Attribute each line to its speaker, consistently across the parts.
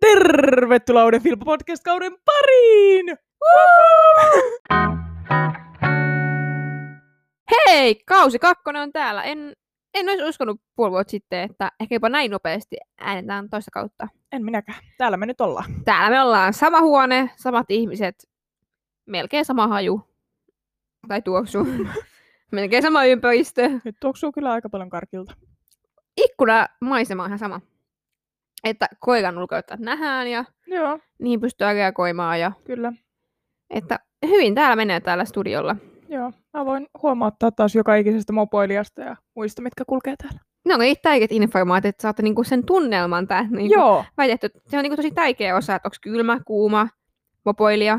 Speaker 1: Tervetuloa uuden Filppo Podcast-kauden pariin!
Speaker 2: Hei, kausi kakkonen on täällä. En, en olisi uskonut puoli vuotta sitten, että ehkä jopa näin nopeasti äänetään toista kautta.
Speaker 1: En minäkään. Täällä me nyt ollaan.
Speaker 2: Täällä me ollaan sama huone, samat ihmiset, melkein sama haju tai tuoksu, melkein sama ympäristö.
Speaker 1: Nyt tuoksuu kyllä aika paljon karkilta.
Speaker 2: Ikkuna maisema on ihan sama. Että koiran ulkoilta nähdään ja
Speaker 1: Joo,
Speaker 2: niihin pystyy reagoimaan. Ja,
Speaker 1: kyllä.
Speaker 2: että hyvin täällä menee täällä studiolla.
Speaker 1: Joo. Mä voin huomauttaa taas joka ikisestä mopoilijasta ja muista, mitkä kulkee täällä.
Speaker 2: No niin, tärkeät informaatiot, että saatte niinku sen tunnelman tää, niinku,
Speaker 1: Joo.
Speaker 2: väitetty, että se on niinku tosi tärkeä osa, että onko kylmä, kuuma, mopoilija,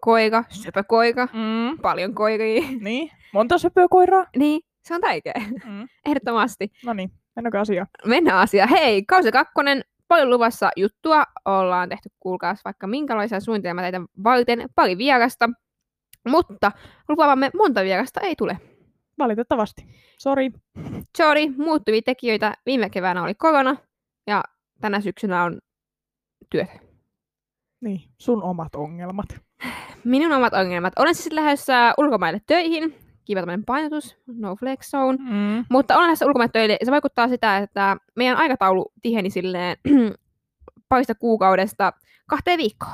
Speaker 2: koira, söpökoira,
Speaker 1: Mm.
Speaker 2: paljon koiria.
Speaker 1: Niin. Monta söpöä koiraa?
Speaker 2: Niin, se on tärkeä,
Speaker 1: Mm.
Speaker 2: ehdottomasti.
Speaker 1: No niin, mennäänkö asiaan?
Speaker 2: Mennään asiaan. Hei, kausi kakkonen, paljon luvassa juttua. Ollaan tehty, kuulkaas, vaikka minkälaisia suunnitelmia teitä varten, pari vierasta. Mutta lupaavamme monta vierasta ei tule.
Speaker 1: Valitettavasti. Sori.
Speaker 2: Sorry, muuttuvia tekijöitä. Viime keväänä oli korona ja tänä syksynä on
Speaker 1: Niin, sun omat ongelmat.
Speaker 2: Minun omat ongelmat. Olen siis lähdössä ulkomaille töihin. Kiva tämmöinen painotus, no flex zone.
Speaker 1: Mm.
Speaker 2: Mutta olen lähdössä ulkomaille töille. Se vaikuttaa sitä, että meidän aikataulu tiheni silleen parista kuukaudesta kahteen viikkoon.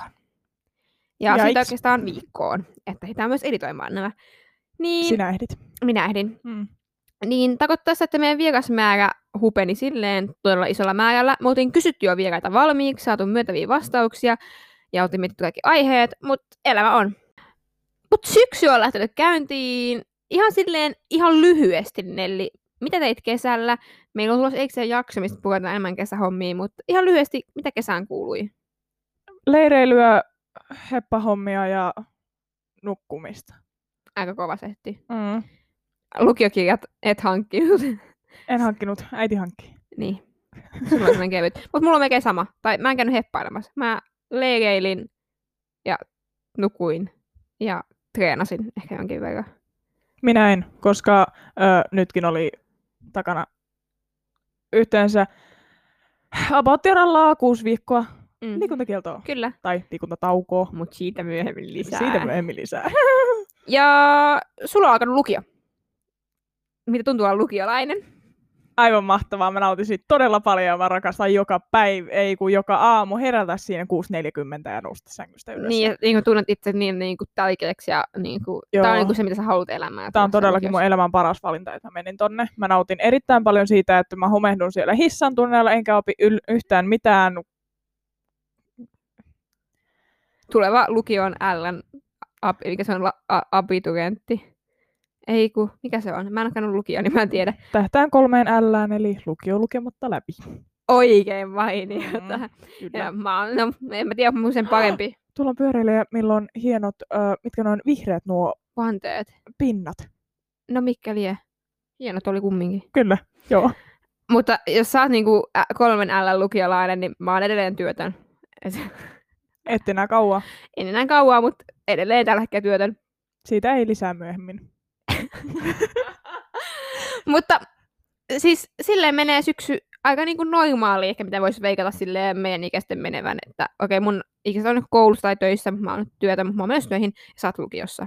Speaker 2: Ja Jaiks. siitä
Speaker 1: Jaiks.
Speaker 2: oikeastaan viikkoon, että sitä myös editoimaan nämä. Niin, Sinä.
Speaker 1: Sinä ehdit.
Speaker 2: minä ehdin.
Speaker 1: Mm.
Speaker 2: Niin tarkoittaa sitä, että meidän vierasmäärä hupeni silleen todella isolla määrällä. Me oltiin kysytty jo vieraita valmiiksi, saatu myöntäviä vastauksia ja oltiin mietitty kaikki aiheet, mutta elämä on. Mutta syksy on lähtenyt käyntiin ihan silleen ihan lyhyesti, Nelli. Mitä teit kesällä? Meillä on tulossa erikseen jakso, mistä puhutaan enemmän kesähommia, mutta ihan lyhyesti, mitä kesään kuului?
Speaker 1: Leireilyä, heppahommia ja nukkumista.
Speaker 2: Aika kova setti.
Speaker 1: Mm.
Speaker 2: Lukiokirjat et hankkinut.
Speaker 1: En hankkinut, äiti hankki.
Speaker 2: Niin. Sulla on sellainen kevyt. Mutta mulla on melkein sama. Tai mä en käynyt heppailemassa. Mä leireilin ja nukuin ja treenasin ehkä jonkin verran.
Speaker 1: Minä en, koska ö, nytkin oli takana yhteensä about erallaa kuusi viikkoa
Speaker 2: Mm.
Speaker 1: mm. liikuntakieltoa
Speaker 2: Kyllä.
Speaker 1: tai liikuntataukoa.
Speaker 2: Mutta siitä myöhemmin lisää.
Speaker 1: Siitä myöhemmin lisää.
Speaker 2: Ja sulla on alkanut lukio. Mitä tuntuu olla lukiolainen?
Speaker 1: Aivan mahtavaa, mä nautin siitä todella paljon ja mä rakastan joka päivä, ei kun joka aamu herätä siinä 6.40 ja nousta sängystä ylös.
Speaker 2: Niin, ja niin tunnet itse niin, niin kuin tärkeäksi ja niin kuin,
Speaker 1: Joo.
Speaker 2: tää on niin kuin se, mitä sä haluat elämään.
Speaker 1: Tämä on
Speaker 2: tuossa
Speaker 1: todellakin mun
Speaker 2: lukiossa.
Speaker 1: elämän paras valinta, että mä menin tonne. Mä nautin erittäin paljon siitä, että mä homehdun siellä hissan tunneilla, enkä opi yl- yhtään mitään e-
Speaker 2: Tuleva lukio on Ln, ab, mikä se on, la, a, abiturientti. Ei ku, mikä se on? Mä en ole käynyt lukioon, niin mä en tiedä.
Speaker 1: tähtään kolmeen Lään, eli lukio lukematta läpi.
Speaker 2: oikein
Speaker 1: Mm-hmm.
Speaker 2: mainiota. Mm,
Speaker 1: Kyllä.
Speaker 2: ja mä oon, no, en mä tiedä, mun sen parempi
Speaker 1: Tuolla on pyöräilijä, millä on hienot, ö, mitkä ne on vihreät nuo
Speaker 2: vanteet.
Speaker 1: pinnat.
Speaker 2: No mikä lie. Hieno oli kumminkin.
Speaker 1: Kyllä, joo.
Speaker 2: Mutta jos sä oot niinku ä, kolmen L lukiolainen, niin mä oon edelleen työtön. Et,
Speaker 1: Ette enää kauan.
Speaker 2: en enää kauaa, mutta edelleen tällä hetkellä työtön.
Speaker 1: Siitä ei lisää myöhemmin.
Speaker 2: mutta siis silleen menee syksy aika niinku normaali, ehkä mitä voisi veikata silleen meidän ikäisten menevän. Että okei, okay, mun ikäiset on nyt koulussa tai töissä, mä oon nyt työtä, mutta mä oon myös töihin ja sä oot lukiossa.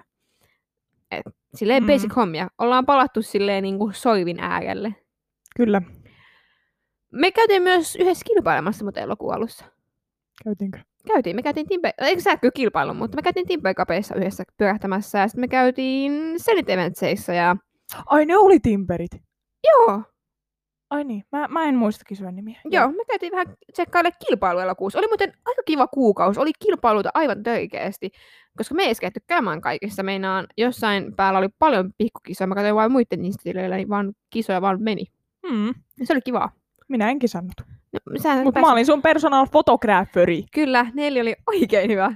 Speaker 2: Et, silleen
Speaker 1: Mm.
Speaker 2: mm. basic hommia. Ollaan palattu silleen niinku soivin äärelle.
Speaker 1: Kyllä,
Speaker 2: Me käytiin myös yhdessä kilpailemassa mutta elokuun alussa.
Speaker 1: käytiinkö?
Speaker 2: Käytiin, me käytiin Timpe... Eikö sä kyllä kilpailu, mutta me käytiin Timpe Kapeissa yhdessä pyörähtämässä ja sitten me käytiin Senit Eventseissa ja
Speaker 1: Ai ne oli timperit.
Speaker 2: joo,
Speaker 1: Ai niin, mä, mä en muista kisojen nimiä.
Speaker 2: Joo, me käytiin vähän tsekkaille kilpailu elokuussa. Oli muuten aika kiva kuukausi, oli kilpailuita aivan törkeästi, koska me ei edes kehditty käymään kaikissa. Meinaan jossain päällä oli paljon pikkukisoja, mä katsoin vain muiden institileillä, niin vaan kisoja vaan meni.
Speaker 1: Mm,
Speaker 2: Ja Se oli kivaa.
Speaker 1: minä en kisannut.
Speaker 2: No, sähän
Speaker 1: Mutta
Speaker 2: pääsit-
Speaker 1: mä olin sun personal photographer.
Speaker 2: Kyllä, Nelli oli oikein hyvä.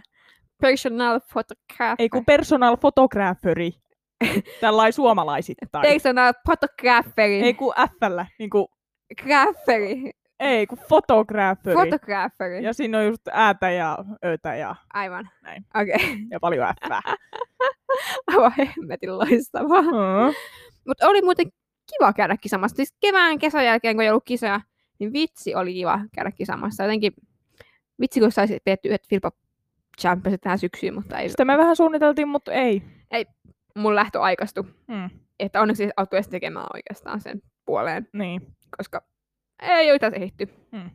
Speaker 2: Personal photographer.
Speaker 1: Ei kun personal photographer. Tällainen suomalaisittain.
Speaker 2: Personal photographeri.
Speaker 1: Ei kun F-llä. Niin kuin,
Speaker 2: Grapheri.
Speaker 1: ei kun photographer.
Speaker 2: Photographeri.
Speaker 1: ja siinä on just äätä ja ötä ja,
Speaker 2: Aivan.
Speaker 1: Näin.
Speaker 2: Okei, okay.
Speaker 1: ja paljon F.
Speaker 2: aivan hemmetin loistavaa.
Speaker 1: Mm.
Speaker 2: Mutta oli muuten kiva käydä kisamassa. Siis kevään kesän jälkeen, kun ei ollut kisoja, niin vitsi oli kiva käydä kisamassa. Jotenkin Vitsi, kun saisi pidetty yhdet Filpa Championsit tähän syksyyn, mutta ei.
Speaker 1: Sitä me vähän suunniteltiin, mutta ei.
Speaker 2: Mun lähtö aikastui.
Speaker 1: Mm,
Speaker 2: Että onneksi auttoi edes tekemään oikeastaan sen puoleen,
Speaker 1: niin.
Speaker 2: koska ei ole tässä ehitty.
Speaker 1: Mm.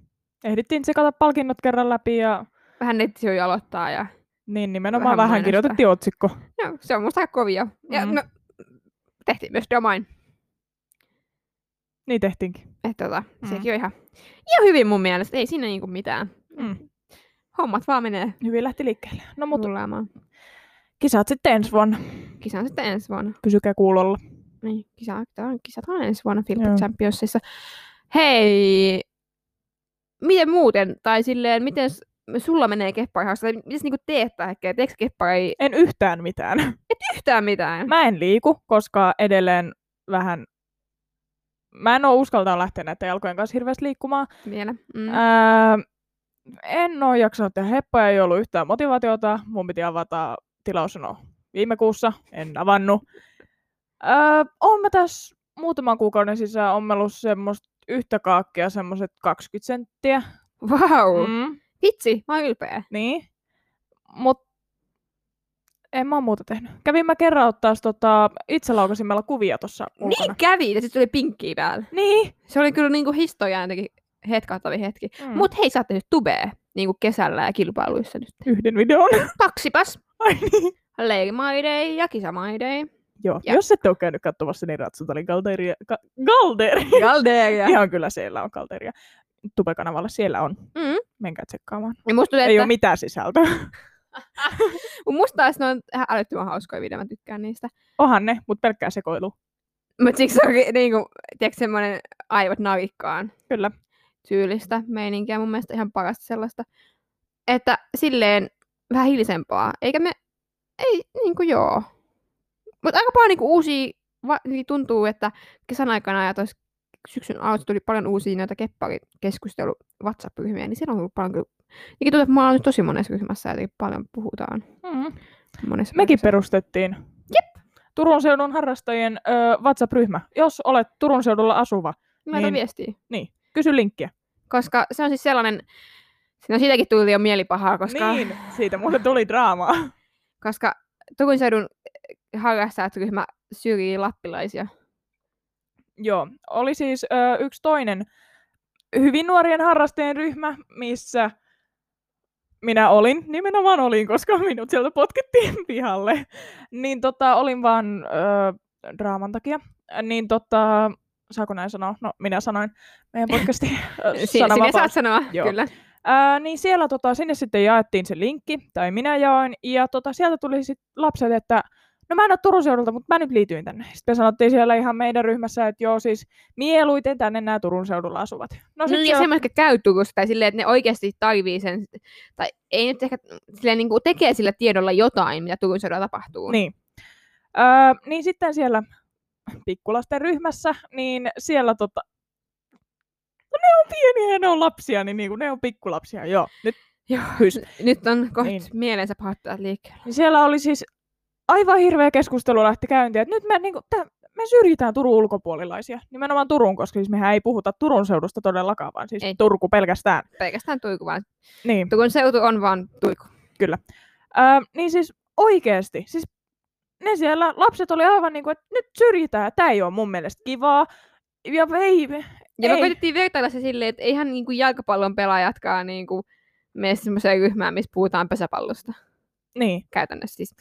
Speaker 1: Ehdittiin sekata palkinnot kerran läpi ja
Speaker 2: Vähän nettisivuja aloittaa ja
Speaker 1: niin nimenomaan vähän,
Speaker 2: Vähän
Speaker 1: vähän
Speaker 2: mainostaa.
Speaker 1: kirjoitettiin otsikko.
Speaker 2: no, se on musta aika kovia. Ja
Speaker 1: Mm.
Speaker 2: no, tehtiin myös domain.
Speaker 1: Niin tehtiinkin.
Speaker 2: Että tota,
Speaker 1: Mm.
Speaker 2: sekin on ihan, ihan hyvin mun mielestä. Ei siinä niinku mitään.
Speaker 1: Mm.
Speaker 2: Hommat vaan menee
Speaker 1: Hyvin lähti liikkeelle. No mut
Speaker 2: rullaamaan.
Speaker 1: kisat sitten ensi vuonna.
Speaker 2: Kisa on sitten ensi vuonna.
Speaker 1: Pysykää kuulolla.
Speaker 2: Niin, kisa, tää on, kisat on ensi vuonna Filpa
Speaker 1: Joo.
Speaker 2: Championsissa. Hei! Miten muuten, tai silleen, miten s- sulla menee kepparihaussa, tai miten sä niinku teet tällä hetkellä? Teekö keppari
Speaker 1: En yhtään mitään.
Speaker 2: yhtään mitään?
Speaker 1: Mä en liiku, koska edelleen vähän... Mä en oo uskaltaa lähteä näiden jalkojen kanssa hirveästi liikkumaan.
Speaker 2: Vielä. Mm.
Speaker 1: Mm. Öö, en oo jaksanut tehdä heppoja, ei ollut yhtään motivaatiota. Mun piti avata tilaus no, viime kuussa, en avannut. Öö, oon mä tässä muutaman kuukauden sisään ommellut semmoista yhtä kaakkia, semmoset 20 senttiä.
Speaker 2: Vau! Wow.
Speaker 1: Mm,
Speaker 2: Vitsi, mä oon ylpeä.
Speaker 1: niin. Mut en mä oo muuta tehnyt. Kävin mä kerran ottaa tota, itselaukasimella kuvia tuossa ulkona.
Speaker 2: Niin kävi, ja sitten tuli pinkkiä päälle.
Speaker 1: Niin.
Speaker 2: Se oli kyllä niinku historiaa jotenkin hetkahtavi hetki.
Speaker 1: Mm.
Speaker 2: Mut hei, sä oot tehnyt tubea niinku kesällä ja kilpailuissa nyt.
Speaker 1: yhden videon.
Speaker 2: Kaksipas!
Speaker 1: Ai niin.
Speaker 2: Leimaidei ja kisamaidei.
Speaker 1: Joo,
Speaker 2: Ja-
Speaker 1: ja. jos et ole käynyt katsomassa, niin ratsutalin Galderia. Ka- Galderia!
Speaker 2: Galderia!
Speaker 1: Ihan kyllä siellä on Galderia. Tubekanavalla siellä on.
Speaker 2: Mm.
Speaker 1: Menkää tsekkaamaan.
Speaker 2: Ja musta tuli,
Speaker 1: Ei
Speaker 2: että...
Speaker 1: ole mitään sisältöä.
Speaker 2: Mun musta taas ne on ihan älyttömän hauskoja videoita, mä tykkään niistä.
Speaker 1: Onhan ne, mutta pelkkää sekoilu.
Speaker 2: Mut siksi se onkin niinku, tiedätkö, semmonen aivot navikkaan
Speaker 1: Kyllä.
Speaker 2: tyylistä meininkiä, mun mielestä ihan parasta sellaista. Että silleen vähän hiljaisempaa, eikä me, ei niinku joo. Mut aika paljon niinku uusia, va, niin tuntuu, että kesän aikana ja tos syksyn alussa tuli paljon uusia näitä kepparikeskustelu WhatsApp-ryhmiä, niin siellä on ollut paljon kyllä. Jotenkin tuntuu, että mä oon nyt tosi monessa ryhmässä ja jotenkin paljon puhutaan.
Speaker 1: Mm.
Speaker 2: Monessa
Speaker 1: Mekin
Speaker 2: paikassa.
Speaker 1: perustettiin. Jep. Turun seudun harrastajien ö, WhatsApp-ryhmä. Jos olet Turun seudulla asuva,
Speaker 2: Laita
Speaker 1: niin-
Speaker 2: viestiä.
Speaker 1: kysy linkkiä.
Speaker 2: koska se on siis sellainen, no siitäkin tuli jo mielipahaa, koska,
Speaker 1: Niin, siitä mulle tuli draamaa.
Speaker 2: koska Turun seudun harrastajat ryhmä syrjii lappilaisia.
Speaker 1: Joo, oli siis ö, yksi toinen hyvin nuorien harrastajien ryhmä, missä minä olin, nimenomaan olin, koska minut sieltä potkittiin pihalle. Niin tota, olin vaan ö, draaman takia. Niin tota, saako näin sanoa? No, minä sanoin meidän podcastiin.
Speaker 2: Si- sinne saat sanoa, Joo.
Speaker 1: Joo.
Speaker 2: kyllä.
Speaker 1: Ää, niin siellä tota, sinne sitten jaettiin se linkki, tai minä jaoin, ja tota, sieltä tuli sitten lapset, että no mä en ole Turun seudulta, mutta mä nyt liityin tänne. Sitten me sanottiin siellä ihan meidän ryhmässä, että joo siis mieluiten tänne nämä Turun seudulla asuvat. No
Speaker 2: No,
Speaker 1: sit
Speaker 2: ja
Speaker 1: se,
Speaker 2: semmoiset, jotka käy Turussa, tai silleen, että ne oikeasti tarvii sen, tai ei nyt ehkä silleen, niin kuin tekee sillä tiedolla jotain, mitä Turun seudulla tapahtuu.
Speaker 1: niin. Öö, niin sitten siellä pikkulasten ryhmässä, niin siellä tota, no ne on pieniä ja ne on lapsia, niin niinku, ne on pikkulapsia, joo. Nyt
Speaker 2: Joo,
Speaker 1: Hys.
Speaker 2: n- nyt on kohta niin.
Speaker 1: Niin.
Speaker 2: mielensä pahoittajat liikkeellä.
Speaker 1: Niin siellä oli siis aivan hirveä keskustelu lähti käyntiin, että nyt me, niin kuin, me syrjitään Turun ulkopuolilaisia, nimenomaan Turun, koska siis mehän ei puhuta Turun seudusta todellakaan, vaan siis
Speaker 2: Ei.
Speaker 1: ei. Turku pelkästään.
Speaker 2: Pelkästään Tuiku vaan.
Speaker 1: Niin,
Speaker 2: Turun seutu on vaan Tuiku.
Speaker 1: öö, niin siis oikeasti, siis ne siellä lapset oli aivan niin kuin, että nyt syrjitään, tämä ei ole mun mielestä kivaa. Ja ei,
Speaker 2: Ja me
Speaker 1: Ei.
Speaker 2: koitettiin vertailla se silleen, että eihän niin kuin jalkapallon pelaajatkaan niin kuin mene semmoiseen ryhmään, missä puhutaan pesäpallosta
Speaker 1: niin.
Speaker 2: käytännössä. Siis.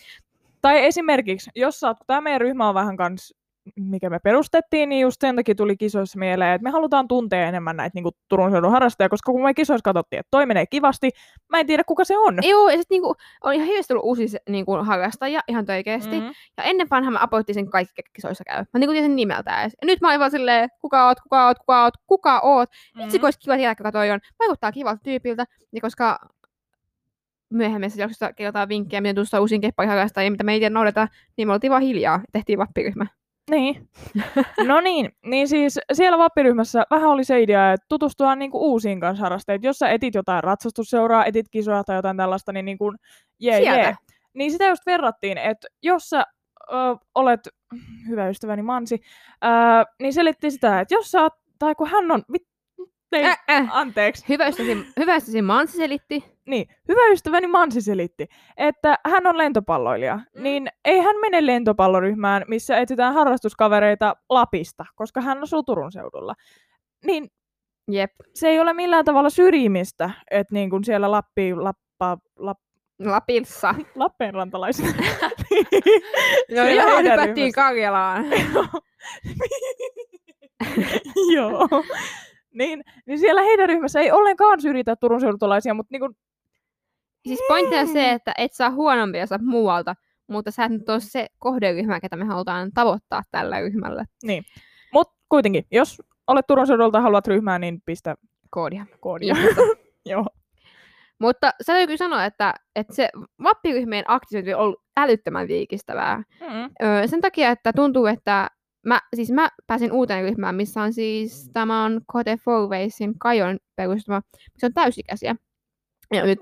Speaker 1: Tai esimerkiksi, jos sä oot, tämä meidän ryhmä on vähän kans, mikä me perustettiin, niin just sen takia tuli kisoissa mieleen, että me halutaan tuntea enemmän näitä niin Turun seudun harrastajia, koska kun me kisoissa katsottiin, että toi menee kivasti, mä en tiedä kuka se on.
Speaker 2: Joo, ja sitten niin kuin, on ihan hirveästi tullut uusi se, niin kuin harrastajia ihan oikeasti. Mm-hmm.
Speaker 1: Mm-hmm.
Speaker 2: Ja ennen vanha mä apoittiin sen kaikki, ketkä kisoissa käy. Mä niin kuin tiesin nimeltään edes. Ja nyt mä olin vaan silleen, kuka oot, kuka oot, kuka oot, kuka oot.
Speaker 1: Mm.
Speaker 2: Itse mm-hmm. olisi kiva tietää, kuka toi on. Vaikuttaa kivalta tyypiltä. Ja koska myöhemmissä jaksossa kerrotaan vinkkejä, miten tuossa uusiin keppariharrastajiin, mitä me ei tiedä noudata, niin me oltiin vaan hiljaa. Tehtiin vappiryhmä.
Speaker 1: Niin. No niin, niin siis siellä vappiryhmässä vähän oli se idea, että tutustua niin kuin uusiin kanssa harrasteet. Jos sä etit jotain ratsastusseuraa, etit kisoja tai jotain tällaista, niin, niin kuin, jee,
Speaker 2: Sieltä.
Speaker 1: jee. Niin sitä just verrattiin, että jos sä ö, olet, hyvä ystäväni Mansi, ö, niin selitti sitä, että jos sä oot, tai kun hän on, mit, ei,
Speaker 2: Äh, äh.
Speaker 1: anteeksi,
Speaker 2: Hyvästä se Mansi selitti.
Speaker 1: niin, hyvä ystäväni Mansi selitti, että hän on lentopalloilija,
Speaker 2: Mm.
Speaker 1: mm. niin ei hän mene lentopalloryhmään, missä etsitään harrastuskavereita Lapista, koska hän asuu Turun seudulla. Niin
Speaker 2: Jep.
Speaker 1: se ei ole millään tavalla syrjimistä, että niin kuin siellä Lappi, Lappa, Lapp,
Speaker 2: Lapissa.
Speaker 1: Lappeenrantalaisina.
Speaker 2: No
Speaker 1: Se
Speaker 2: ihan
Speaker 1: heidän
Speaker 2: hypättiin
Speaker 1: ryhmästä.
Speaker 2: Karjalaan.
Speaker 1: Joo. Niin, niin siellä heidän ryhmässä ei ollenkaan syrjitä Turun seudutolaisia, mutta niin kuin,
Speaker 2: Siis pointti on se, että et saa huonompia, jos saat muualta, mutta sä et nyt ole se kohderyhmä, ketä me halutaan tavoittaa tällä ryhmällä.
Speaker 1: mut kuitenkin, jos olet Turun seudulta ja haluat ryhmää, niin pistä
Speaker 2: Koodia.
Speaker 1: koodia. Joo.
Speaker 2: Mutta se täytyy sanoa, että, että se vappiryhmien aktivointi on ollut älyttömän viikistävää.
Speaker 1: Mm.
Speaker 2: Öö, sen takia, että tuntuu, että mä, siis mä pääsin uuteen ryhmään, missä on siis tämä on Kote Forwaysin Kajon perustama, missä on täysikäisiä. Ja nyt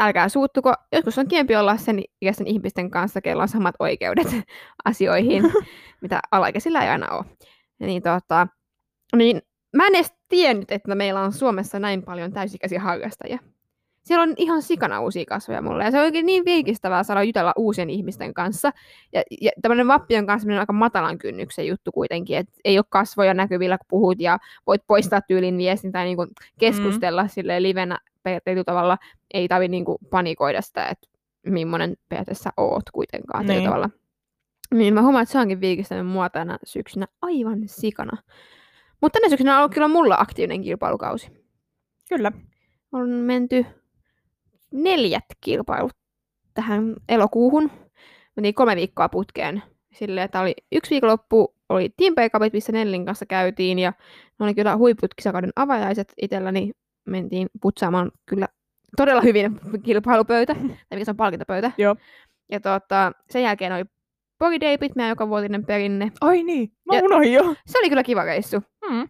Speaker 2: älkää suuttuko, joskus on kiempi olla sen ikäisten ihmisten kanssa, kello on samat oikeudet asioihin, mitä alaikäisillä ei aina ole. Niin, tota, niin mä en edes tiennyt, että meillä on Suomessa näin paljon täysikäisiä harrastajia. Siellä on ihan sikana uusia kasvoja mulle, ja se on oikein niin vilkistävää saada jutella uusien ihmisten kanssa. Ja, ja tämmöinen vappion kanssa on aika matalan kynnyksen juttu kuitenkin, että ei ole kasvoja näkyvillä, kun puhut ja voit poistaa tyylin viestin tai niinku keskustella mm. sille livenä pe- tietyllä tavalla. Ei tarvi niinku panikoida sitä, että millainen periaatteessa oot kuitenkaan tietyllä
Speaker 1: Niin.
Speaker 2: tavalla. Niin mä huomaan, että se onkin viikistänyt mua tänä syksynä aivan sikana. Mutta tänä syksynä on ollut kyllä mulla aktiivinen kilpailukausi.
Speaker 1: Kyllä.
Speaker 2: On menty neljät kilpailut tähän elokuuhun. Mentiin kolme viikkoa putkeen. Silleen, että oli yksi viikonloppu, oli Team Bay Cupit, missä Nellin kanssa käytiin, ja ne oli kyllä huiput kisakauden avajaiset itselläni. Mentiin putsaamaan kyllä todella hyvin kilpailupöytä, tai mikä se on palkintapöytä.
Speaker 1: Joo.
Speaker 2: Ja tota, sen jälkeen oli Body Daypit, meidän jokavuotinen perinne.
Speaker 1: Ai niin, mä
Speaker 2: Ja-
Speaker 1: unohdin jo.
Speaker 2: Se oli kyllä kiva reissu.
Speaker 1: Mm.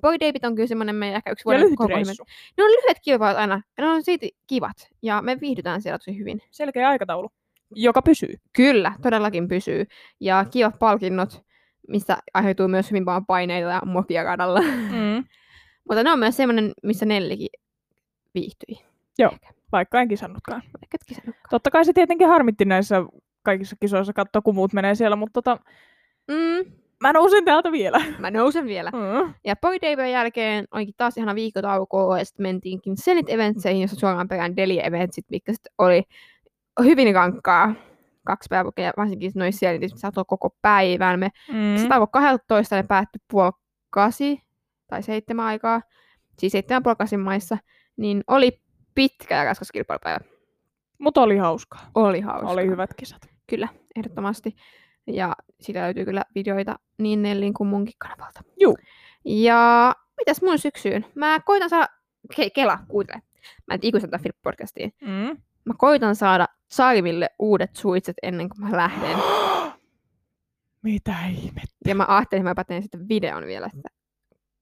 Speaker 2: Boy Daypit on kyllä semmoinen meidän ehkä yksi
Speaker 1: Ja
Speaker 2: vuoden
Speaker 1: lyhyt
Speaker 2: kokoelma.
Speaker 1: reissu.
Speaker 2: Ne on lyhyet kilpailut aina, ja ne on silti kivat, ja me viihdytään siellä tosi hyvin.
Speaker 1: Selkeä aikataulu, joka pysyy.
Speaker 2: Kyllä, todellakin pysyy. Ja kivat palkinnot, mistä aiheutuu myös hyvin paljon paineita ja mokia radalla.
Speaker 1: Mm.
Speaker 2: Mutta ne on myös semmoinen, missä Nellikin viihtyi.
Speaker 1: Vaikka en kisannutkaan.
Speaker 2: Vaikka et kisannutkaan.
Speaker 1: Totta kai se tietenkin harmitti näissä kaikissa kisoissa katsoa, kun muut menee siellä, mutta tota,
Speaker 2: Mm,
Speaker 1: mä nousin täältä vielä.
Speaker 2: mä nousen vielä.
Speaker 1: Mm.
Speaker 2: Ja Boy Dayn jälkeen onkin taas ihana viikkotaukoa, ja sitten mentiinkin Senit Eventseihin, jossa suoraan perään Deli Eventsit, mikä sitten oli hyvin rankkaa. Kaksi päivää, ja varsinkin niin noin Senitit, missä satoi koko päivän. Me
Speaker 1: Mm.
Speaker 2: Se alkoi 12 ja päättyi puoli kasi tai seitsemän aikaa, siis seitsemän puoli kasin maissa, niin oli pitkä ja raskas kilpailupäivä.
Speaker 1: Mutta oli hauskaa.
Speaker 2: Oli hauska.
Speaker 1: Oli hyvät kisat.
Speaker 2: Kyllä, ehdottomasti. Ja sitä löytyy kyllä videoita niin Nellin kuin munkin kanavalta.
Speaker 1: Juu.
Speaker 2: Ja mitäs mun syksyyn? Mä koitan saada... Ke- Kela, kuuntele. Mä en ikuiselta Filip-podcastiin.
Speaker 1: Mm.
Speaker 2: Mä koitan saada Saiville uudet suitset ennen kuin mä lähden.
Speaker 1: Mitä ihmettä?
Speaker 2: Ja mä ajattelin, että mä teen sitten videon vielä, että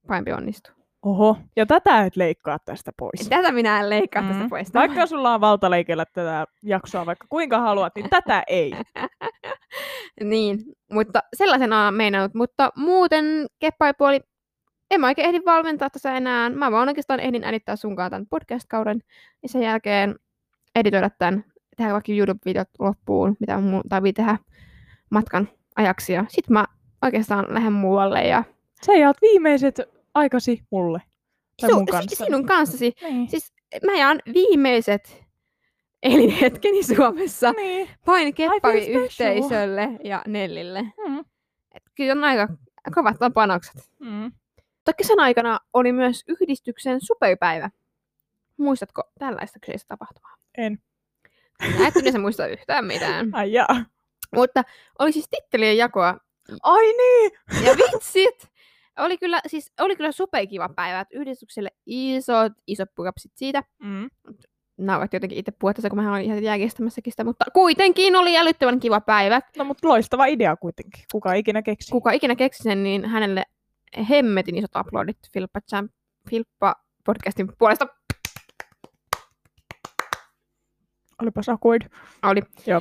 Speaker 2: parempi onnistuu.
Speaker 1: Oho, ja tätä et leikkaa tästä pois.
Speaker 2: Tätä minä en leikkaa tästä
Speaker 1: Mm.
Speaker 2: pois. Tämä-
Speaker 1: Vaikka sulla on valta leikellä tätä jaksoa vaikka kuinka haluat, niin tätä ei.
Speaker 2: Niin, mutta sellaisena on meinannut. Mutta muuten keppaipuoli, en mä oikein ehdi valmentaa tässä enää. Mä vaan oikeastaan ehdin älyttää sunkaan tämän podcast-kauden ja sen jälkeen editoida tämän, tehdä vaikka YouTube-videot loppuun, mitä mun tarvii tehdä matkan ajaksi. Ja sit mä oikeastaan lähden muualle ja
Speaker 1: Sä jaat viimeiset aikasi mulle. Tai mun
Speaker 2: si-
Speaker 1: kanssa.
Speaker 2: sinun kanssasi.
Speaker 1: Niin.
Speaker 2: Mm. Siis mä jaan viimeiset elinhetkeni Suomessa
Speaker 1: niin.
Speaker 2: vain keppari
Speaker 1: special.
Speaker 2: yhteisölle ja Nellille.
Speaker 1: Mm.
Speaker 2: Et kyllä on aika kovat on panokset.
Speaker 1: Mm.
Speaker 2: Mutta kesän aikana oli myös yhdistyksen superpäivä. Muistatko tällaista kyseistä tapahtumaa?
Speaker 1: En.
Speaker 2: Mä et yleensä muista yhtään mitään.
Speaker 1: Ai jaa.
Speaker 2: Mutta oli siis tittelien jakoa.
Speaker 1: Ai niin!
Speaker 2: Ja vitsit! Oli kyllä, siis, oli kyllä superkiva päivä. että Yhdistykselle isot, isot purapsit siitä.
Speaker 1: Mm.
Speaker 2: Naurat jotenkin itse puhua tässä, kun mä olin ihan järjestämässäkin sitä. Mutta kuitenkin oli älyttömän kiva päivä.
Speaker 1: No mutta loistava idea kuitenkin. Kuka ikinä keksi.
Speaker 2: Kuka ikinä keksi sen, niin hänelle hemmetin isot aplodit Filppa, Champ, Filppa podcastin puolesta.
Speaker 1: Olipas akuid.
Speaker 2: Oli.
Speaker 1: Joo.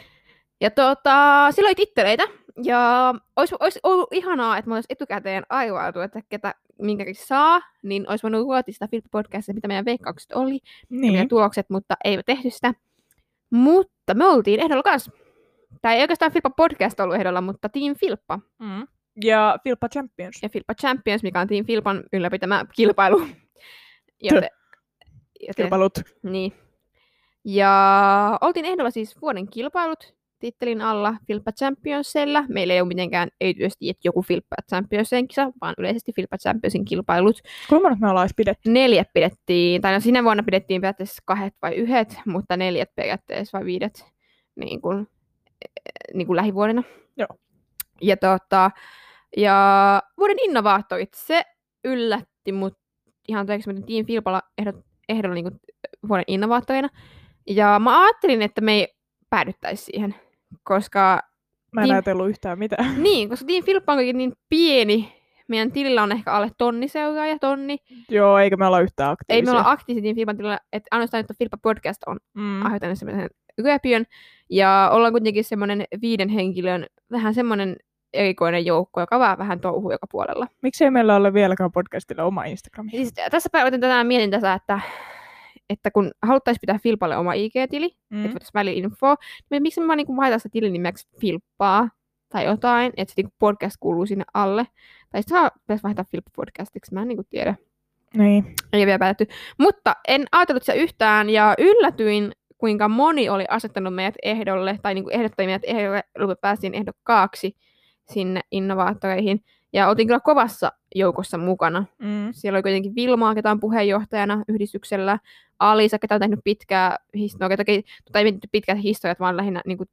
Speaker 2: Ja tota, sillä oli titteleitä, Ja olisi, olisi ollut ihanaa, että me olisi etukäteen aivailtu, että ketä minkäkin saa, niin olisi voinut ruotia sitä filppipodcastia, mitä meidän veikkaukset oli, ja meidän
Speaker 1: Niin.
Speaker 2: tulokset, mutta ei tehty sitä. Mutta me oltiin ehdolla kanssa. Tai ei oikeastaan Filppa Podcast ollut ehdolla, mutta Team Filppa
Speaker 1: Mm. Ja Filppa Champions.
Speaker 2: ja Filppa Champions, mikä on Team Filpan ylläpitämä kilpailu. Joten, joten,
Speaker 1: Kilpailut.
Speaker 2: niin. Ja oltiin ehdolla siis vuoden kilpailut tittelin alla Filppa Championsilla. Meillä ei ole mitenkään erityisesti, että joku Filppa Championsin kisa, vaan yleisesti Filppa Championsin kilpailut.
Speaker 1: Kuinka monet me ollaan edes pidetty?
Speaker 2: Neljät pidettiin, tai no sinä vuonna pidettiin periaatteessa kahdet vai yhdet, mutta neljät periaatteessa vai viidet niin kuin, niin kuin lähivuodena.
Speaker 1: Joo.
Speaker 2: Ja, tota, ja vuoden innovaattorit, se yllätti mut ihan toiseksi, miten Team Filpalla ehdolla, ehdolla niin kuin vuoden innovaattorina. Ja mä ajattelin, että me ei päädyttäisi siihen, koska
Speaker 1: Mä en
Speaker 2: Niin.
Speaker 1: ajatellut yhtään mitään.
Speaker 2: niin, koska Team Filppa on kuitenkin niin pieni, meidän tilillä on ehkä alle tonni seuraaja, tonni,
Speaker 1: Joo, eikä me olla yhtään aktiivisia.
Speaker 2: ei me olla aktiivisia niin Filpan tilalla, että ainoastaan, että Filppa Podcast on
Speaker 1: Mm.
Speaker 2: aiheuttanut semmoisen yöpiön, ja ollaan kuitenkin semmoinen viiden henkilön, vähän semmoinen erikoinen joukko, joka vaan vähän touhuu joka puolella.
Speaker 1: Miksei meillä ole vieläkään podcastilla oma Instagram?
Speaker 2: Siis tässä päivä otin tänään mietin tätä, että, että kun haluttaisiin pitää Filpalle oma IG-tili, mm. että
Speaker 1: Mm.
Speaker 2: voitaisiin välillä infoa, niin miksi me vaan niinku vaihtaa sitä tilin nimeksi Filppaa tai jotain, että se niinku podcast kuuluu sinne alle. Tai sitten saa pitäisi vaihtaa Filppa podcastiksi, mä en niinku tiedä.
Speaker 1: Niin.
Speaker 2: ei ole vielä päätetty. Mutta en ajatellut sitä yhtään ja yllätyin, kuinka moni oli asettanut meidät ehdolle, tai niin kuin ehdottoi meidät ehdolle, kun päästiin ehdokkaaksi sinne innovaattoreihin. Ja oltiin kyllä kovassa joukossa mukana.
Speaker 1: Mm.
Speaker 2: Siellä oli kuitenkin Vilmaa, ketä on puheenjohtajana yhdistyksellä, Alisa, ketä on tehnyt pitkää historiaa, toki tota ei mietitty pitkät historiat, vaan lähinnä niin kuin,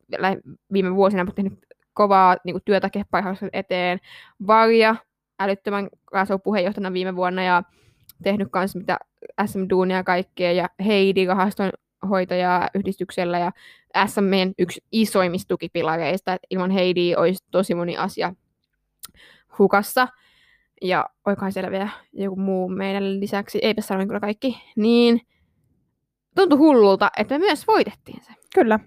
Speaker 2: viime vuosina mutta tehnyt kovaa niin kuin, työtä keppaihausten eteen. Varja, älyttömän kanssa ollut puheenjohtajana viime vuonna ja tehnyt kanssa mitä SM Duunia ja kaikkea ja Heidi rahaston hoitajaa yhdistyksellä ja SM meidän yksi isoimmista tukipilareista, että ilman Heidi olisi tosi moni asia hukassa. Ja oikohan siellä vielä joku muu meidän lisäksi, eipä sanoin kyllä kaikki, niin tuntui hullulta, että me myös voitettiin se.
Speaker 1: Kyllä.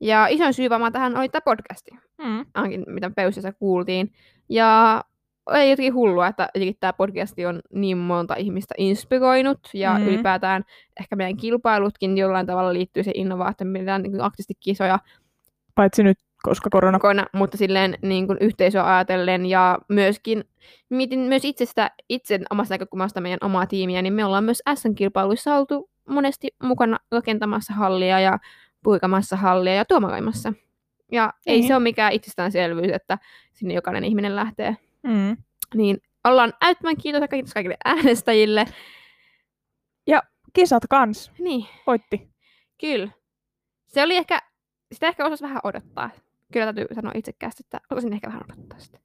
Speaker 2: Ja isoin syy varmaan tähän oli tämä podcasti,
Speaker 1: Mm.
Speaker 2: ainakin mitä pöysissä kuultiin. Ja ei jotenkin hullua, että jotenkin tämä podcasti on niin monta ihmistä inspiroinut ja mm.
Speaker 1: Mm.
Speaker 2: ylipäätään ehkä meidän kilpailutkin jollain tavalla liittyy se innovaatio, mitä on niin kuin aktiivisesti kisoja
Speaker 1: Paitsi nyt, koska korona.
Speaker 2: aikoina, mutta silleen niin kuin yhteisöä ajatellen ja myöskin mietin myös itsestä, itse omasta näkökulmasta meidän omaa tiimiä, niin me ollaan myös S-kilpailuissa oltu monesti mukana rakentamassa hallia ja puikamassa hallia ja tuomaroimassa. Ja ei
Speaker 1: Niin.
Speaker 2: se ole mikään itsestäänselvyys, että sinne jokainen ihminen lähtee.
Speaker 1: Mm.
Speaker 2: Niin ollaan älyttömän kiitos, kiitos kaikille äänestäjille.
Speaker 1: Kisat kans.
Speaker 2: Niin,
Speaker 1: Voitti.
Speaker 2: kyllä. Se oli ehkä, sitä ehkä osas vähän odottaa. Kyllä täytyy sanoa itsekkäästi, että osasin ehkä vähän odottaa sitä.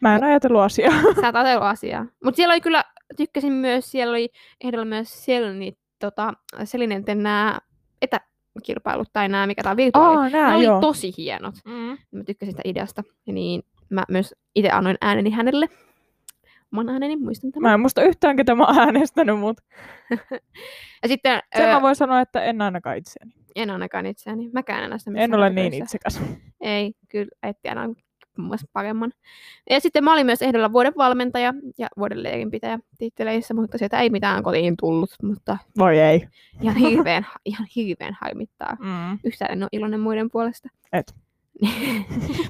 Speaker 1: Mä en ajatellut asiaa.
Speaker 2: Sä oot ajatellut asiaa. Mutta siellä oli kyllä, tykkäsin myös, siellä oli ehdolla myös Selni, tota, Selinenten nämä etäkilpailut tai nämä, mikä tämä on virtuaali.
Speaker 1: Aa,
Speaker 2: ne
Speaker 1: nää,
Speaker 2: oli
Speaker 1: joo.
Speaker 2: tosi hienot.
Speaker 1: Mm.
Speaker 2: Mä tykkäsin sitä ideasta. Ja niin mä myös itse annoin ääneni hänelle. Oman ääneni, muistan tämän.
Speaker 1: Mä en muista yhtään, ketä mä oon äänestänyt, mutta
Speaker 2: Ja sitten,
Speaker 1: sen
Speaker 2: öö,
Speaker 1: mä voin sanoa, että en ainakaan itseäni.
Speaker 2: en ainakaan itseäni. Mäkään en aina
Speaker 1: En ole niin itsekäs.
Speaker 2: Ei, kyllä äiti aina muun muassa paremman. Ja sitten mä olin myös ehdolla vuoden valmentaja ja vuoden leirinpitäjä titteleissä, mutta sieltä ei mitään kotiin tullut, mutta
Speaker 1: Voi ei.
Speaker 2: ihan hirveän, ihan hirveän harmittaa.
Speaker 1: Mm.
Speaker 2: Yhtään en ole iloinen muiden puolesta.
Speaker 1: Et.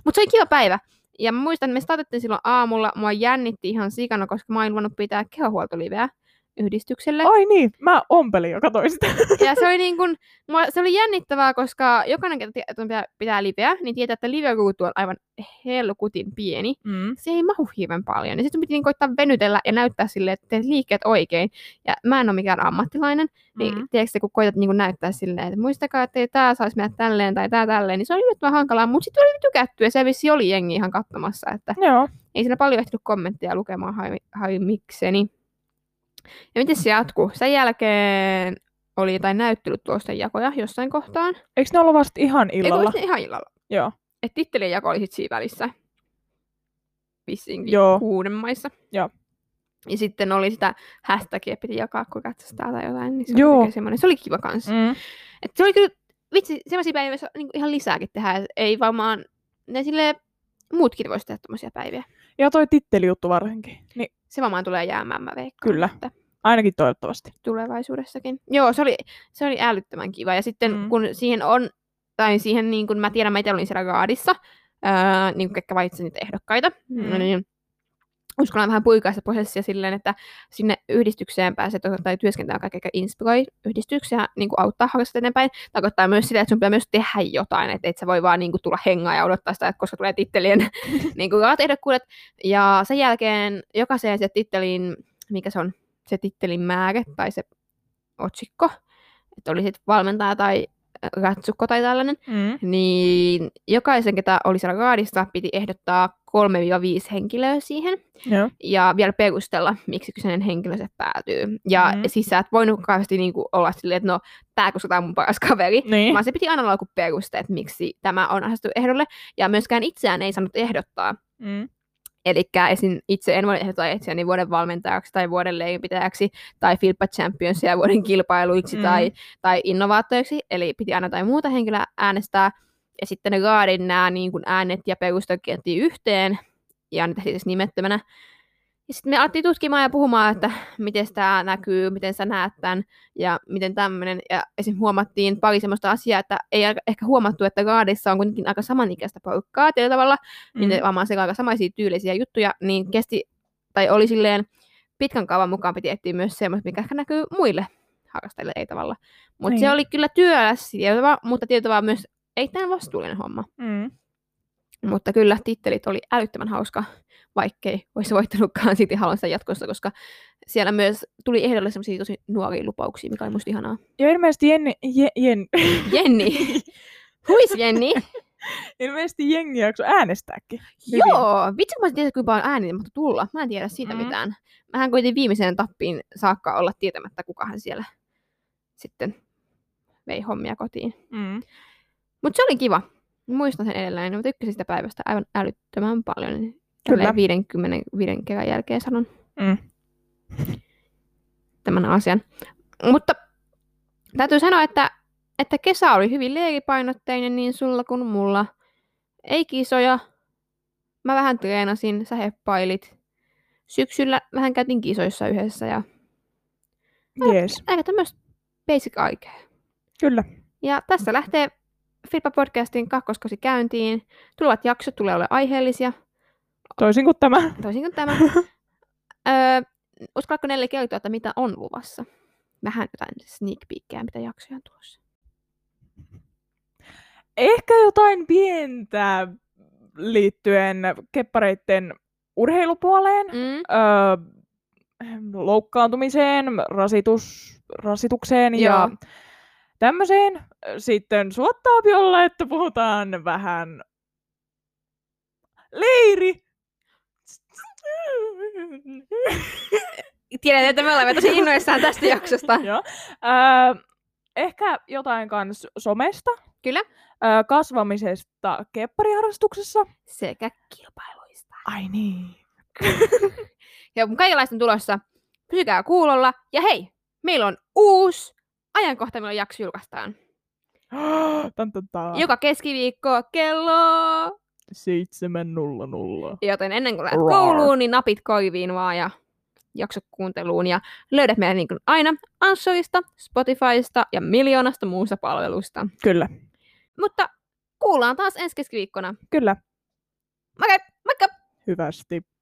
Speaker 2: Mutta se oli kiva päivä. Ja mä muistan, me startettiin silloin aamulla. Mua jännitti ihan sikana, koska mä olin luvannut pitää kehohuoltoliveä yhdistykselle.
Speaker 1: Ai niin, mä ompelin joka toista.
Speaker 2: Ja se oli, niin kun, mua, se oli jännittävää, koska jokainen, ketä tie- pitää, pitää liveä, niin tietää, että live-ruutu on aivan helkutin pieni
Speaker 1: Mm.
Speaker 2: se ei mahu hirveän paljon. Ja sitten piti niin koittaa venytellä ja näyttää sille, että teet liikkeet oikein. Ja mä en ole mikään ammattilainen, niin mm.
Speaker 1: Mm.
Speaker 2: tiedätkö, sä, kun koitat niin näyttää silleen, että muistakaa, että ei tää saisi mennä tälleen tai tää tälleen, niin se oli yllättävän hankalaa, mutta sitten oli tykätty ja se vissi oli jengi ihan katsomassa, että
Speaker 1: Joo.
Speaker 2: ei siinä paljon ehtinyt kommentteja lukemaan haimi- haimikseni. Ja miten se jatkuu? Sen jälkeen oli jotain näyttelytulosten jakoja jossain kohtaan.
Speaker 1: Eikö ne ollut vasta ihan
Speaker 2: Ei
Speaker 1: illalla?
Speaker 2: kun niin ihan illalla.
Speaker 1: Joo.
Speaker 2: Et tittelin jako oli sit siinä välissä. Vissiinkin Joo.
Speaker 1: Joo.
Speaker 2: kuuden maissa.
Speaker 1: Joo.
Speaker 2: Ja sitten oli sitä hashtagia, piti jakaa, kun katsastaa tai jotain. Niin se,
Speaker 1: Joo.
Speaker 2: Joo. Semmoinen. se oli kiva kanssa. Mm.
Speaker 1: Mm.
Speaker 2: Et niinku se oli kyllä, vitsi, semmoisia päiviä, joissa niin ihan lisääkin tehdään. Et Ei varmaan, ne sille muutkin voisi tehdä tuommoisia päiviä.
Speaker 1: Ja toi tittelijuttu varsinkin. Niin
Speaker 2: Se varmaan tulee jäämään, mä veikkaan.
Speaker 1: Kyllä.
Speaker 2: Että
Speaker 1: ainakin toivottavasti.
Speaker 2: tulevaisuudessakin. Joo, se oli, se oli älyttömän kiva. Ja sitten
Speaker 1: Mm.
Speaker 2: mm. kun siihen on, tai siihen niin kuin mä tiedän, mä itse olin siellä Gaadissa, ää, niin kuin ketkä valitsin niitä ehdokkaita,
Speaker 1: Mm.
Speaker 2: mm. niin uskallan vähän puikaista prosessia silleen, että sinne yhdistykseen pääsee to- tai työskentää kaikki, joka inspiroi yhdistyksiä, niin kuin auttaa harrastetta eteenpäin. Tarkoittaa myös sitä, että sun pitää myös tehdä jotain, että et sä voi vaan niin kuin, tulla hengaa ja odottaa sitä, että koska tulee tittelien niin kuin, ehdokkuudet. Ja sen jälkeen jokaiseen se tittelin, mikä se on, se tittelin määrä tai se otsikko, että oli sitten valmentaja tai äh, ratsukko tai tällainen,
Speaker 1: Mm.
Speaker 2: niin jokaisen, ketä oli siellä raadissa, piti ehdottaa 3-5 henkilöä siihen
Speaker 1: Joo.
Speaker 2: ja vielä perustella, miksi kyseinen henkilö se päätyy. Ja
Speaker 1: Mhm.
Speaker 2: mm. siis sä et voinut kauheasti niinku olla silleen, että no, tää koska tää on mun paras kaveri,
Speaker 1: Niin.
Speaker 2: vaan se piti aina olla joku peruste, että miksi tämä on asettu ehdolle. Ja myöskään itseään ei saanut ehdottaa.
Speaker 1: Mm.
Speaker 2: Eli esim. itse en voi ehdottaa itseäni vuoden valmentajaksi tai vuoden leirinpitäjäksi tai Filppa Championsia vuoden kilpailuiksi
Speaker 1: Mm.
Speaker 2: mm. tai, tai innovaattoriksi, eli piti aina tai muuta henkilöä äänestää. Ja sitten ne raadin nämä niin kuin äänet ja perustot kieltiin yhteen ja ne tehtiin siis nimettömänä. Ja sitten me alettiin tutkimaan ja puhumaan, että miten tämä näkyy, miten sä näet tämän ja miten tämmöinen. Ja esim. huomattiin pari semmoista asiaa, että ei aika- ehkä huomattu, että raadissa on kuitenkin aika samanikäistä porukkaa tietyllä tavalla niin
Speaker 1: Mm.
Speaker 2: ne varmaan sekä aika samaisia tyylisiä juttuja, niin kesti, tai oli silleen pitkän kaavan mukaan piti etsiä myös semmoista, mikä ehkä näkyy muille harrastajille ei tavalla. Mutta
Speaker 1: Niin.
Speaker 2: se oli kyllä työläs, tietyllä tavalla, mutta tietyllä tavalla myös ei tämän vastuullinen homma.
Speaker 1: Mm.
Speaker 2: Mutta kyllä tittelit oli älyttömän hauska, vaikkei olisi voittanutkaan silti haluan sitä jatkossa, koska siellä myös tuli ehdolle semmoisia tosi nuoria lupauksia, mikä oli musta ihanaa.
Speaker 1: Ja ilmeisesti Jenni, je, jen,
Speaker 2: Jenni! Huis Jenni!
Speaker 1: ilmeisesti jengi jakso äänestääkin. Hyvin.
Speaker 2: Joo, vitsi kun mä tiedän, kuinka paljon ääniä mahtuu tulla. Mä en tiedä siitä
Speaker 1: Mm.
Speaker 2: mm. mitään. Mähän koitin viimeiseen tappiin saakka olla tietämättä, kuka hän siellä sitten vei hommia kotiin.
Speaker 1: Mm.
Speaker 2: Mutta se oli kiva. Mä Muistan sen edelleen. Mä tykkäsin sitä päivästä aivan älyttömän paljon.
Speaker 1: Kyllä.
Speaker 2: Kyllä. 55 kerran jälkeen sanon
Speaker 1: Mm.
Speaker 2: tämän asian. Mutta täytyy sanoa, että, että kesä oli hyvin leiripainotteinen niin sulla kuin mulla. Ei kisoja. Mä vähän treenasin, sä heppailit. Syksyllä vähän käytiin kisoissa yhdessä ja
Speaker 1: Jees.
Speaker 2: aika tämmöistä basic aikea.
Speaker 1: Kyllä.
Speaker 2: Ja tässä lähtee Filppa podcastin kakkoskausi käyntiin. Tulevat jaksot tulee olla aiheellisia,
Speaker 1: Toisin kuin tämä.
Speaker 2: toisin kuin tämä. öö, uskallatko Nelli kertoa, että mitä on luvassa? Vähän jotain sneak peekkejä, mitä jaksoja on tulossa.
Speaker 1: Ehkä jotain pientä liittyen keppareiden urheilupuoleen.
Speaker 2: Mm.
Speaker 1: öö, loukkaantumiseen, rasitus, rasitukseen ja
Speaker 2: Joo.
Speaker 1: tämmöiseen. Sitten suottaapi olla, että puhutaan vähän leiri.
Speaker 2: Tiedän, että me olemme tosi innoissaan tästä jaksosta.
Speaker 1: Joo. Öö, ehkä jotain kans somesta.
Speaker 2: Kyllä.
Speaker 1: Öö, kasvamisesta keppariharrastuksessa.
Speaker 2: Sekä kilpailuista.
Speaker 1: Ai niin.
Speaker 2: Ja kaikenlaista on tulossa. Pysykää kuulolla. Ja hei, meillä on uusi ajankohta, milloin jakso julkaistaan.
Speaker 1: Tan, tan, tan.
Speaker 2: Joka keskiviikko kello.
Speaker 1: 7.00.
Speaker 2: Joten ennen kuin lähdet
Speaker 1: Roar.
Speaker 2: kouluun, niin napit koiviin vaan ja jakso kuunteluun. Ja löydät meidät niin kuin aina Ansorista, Spotifysta ja miljoonasta muusta palvelusta.
Speaker 1: Kyllä,
Speaker 2: Mutta kuullaan taas ensi keskiviikkona.
Speaker 1: kyllä.
Speaker 2: Moikka! Moikka!
Speaker 1: Hyvästi.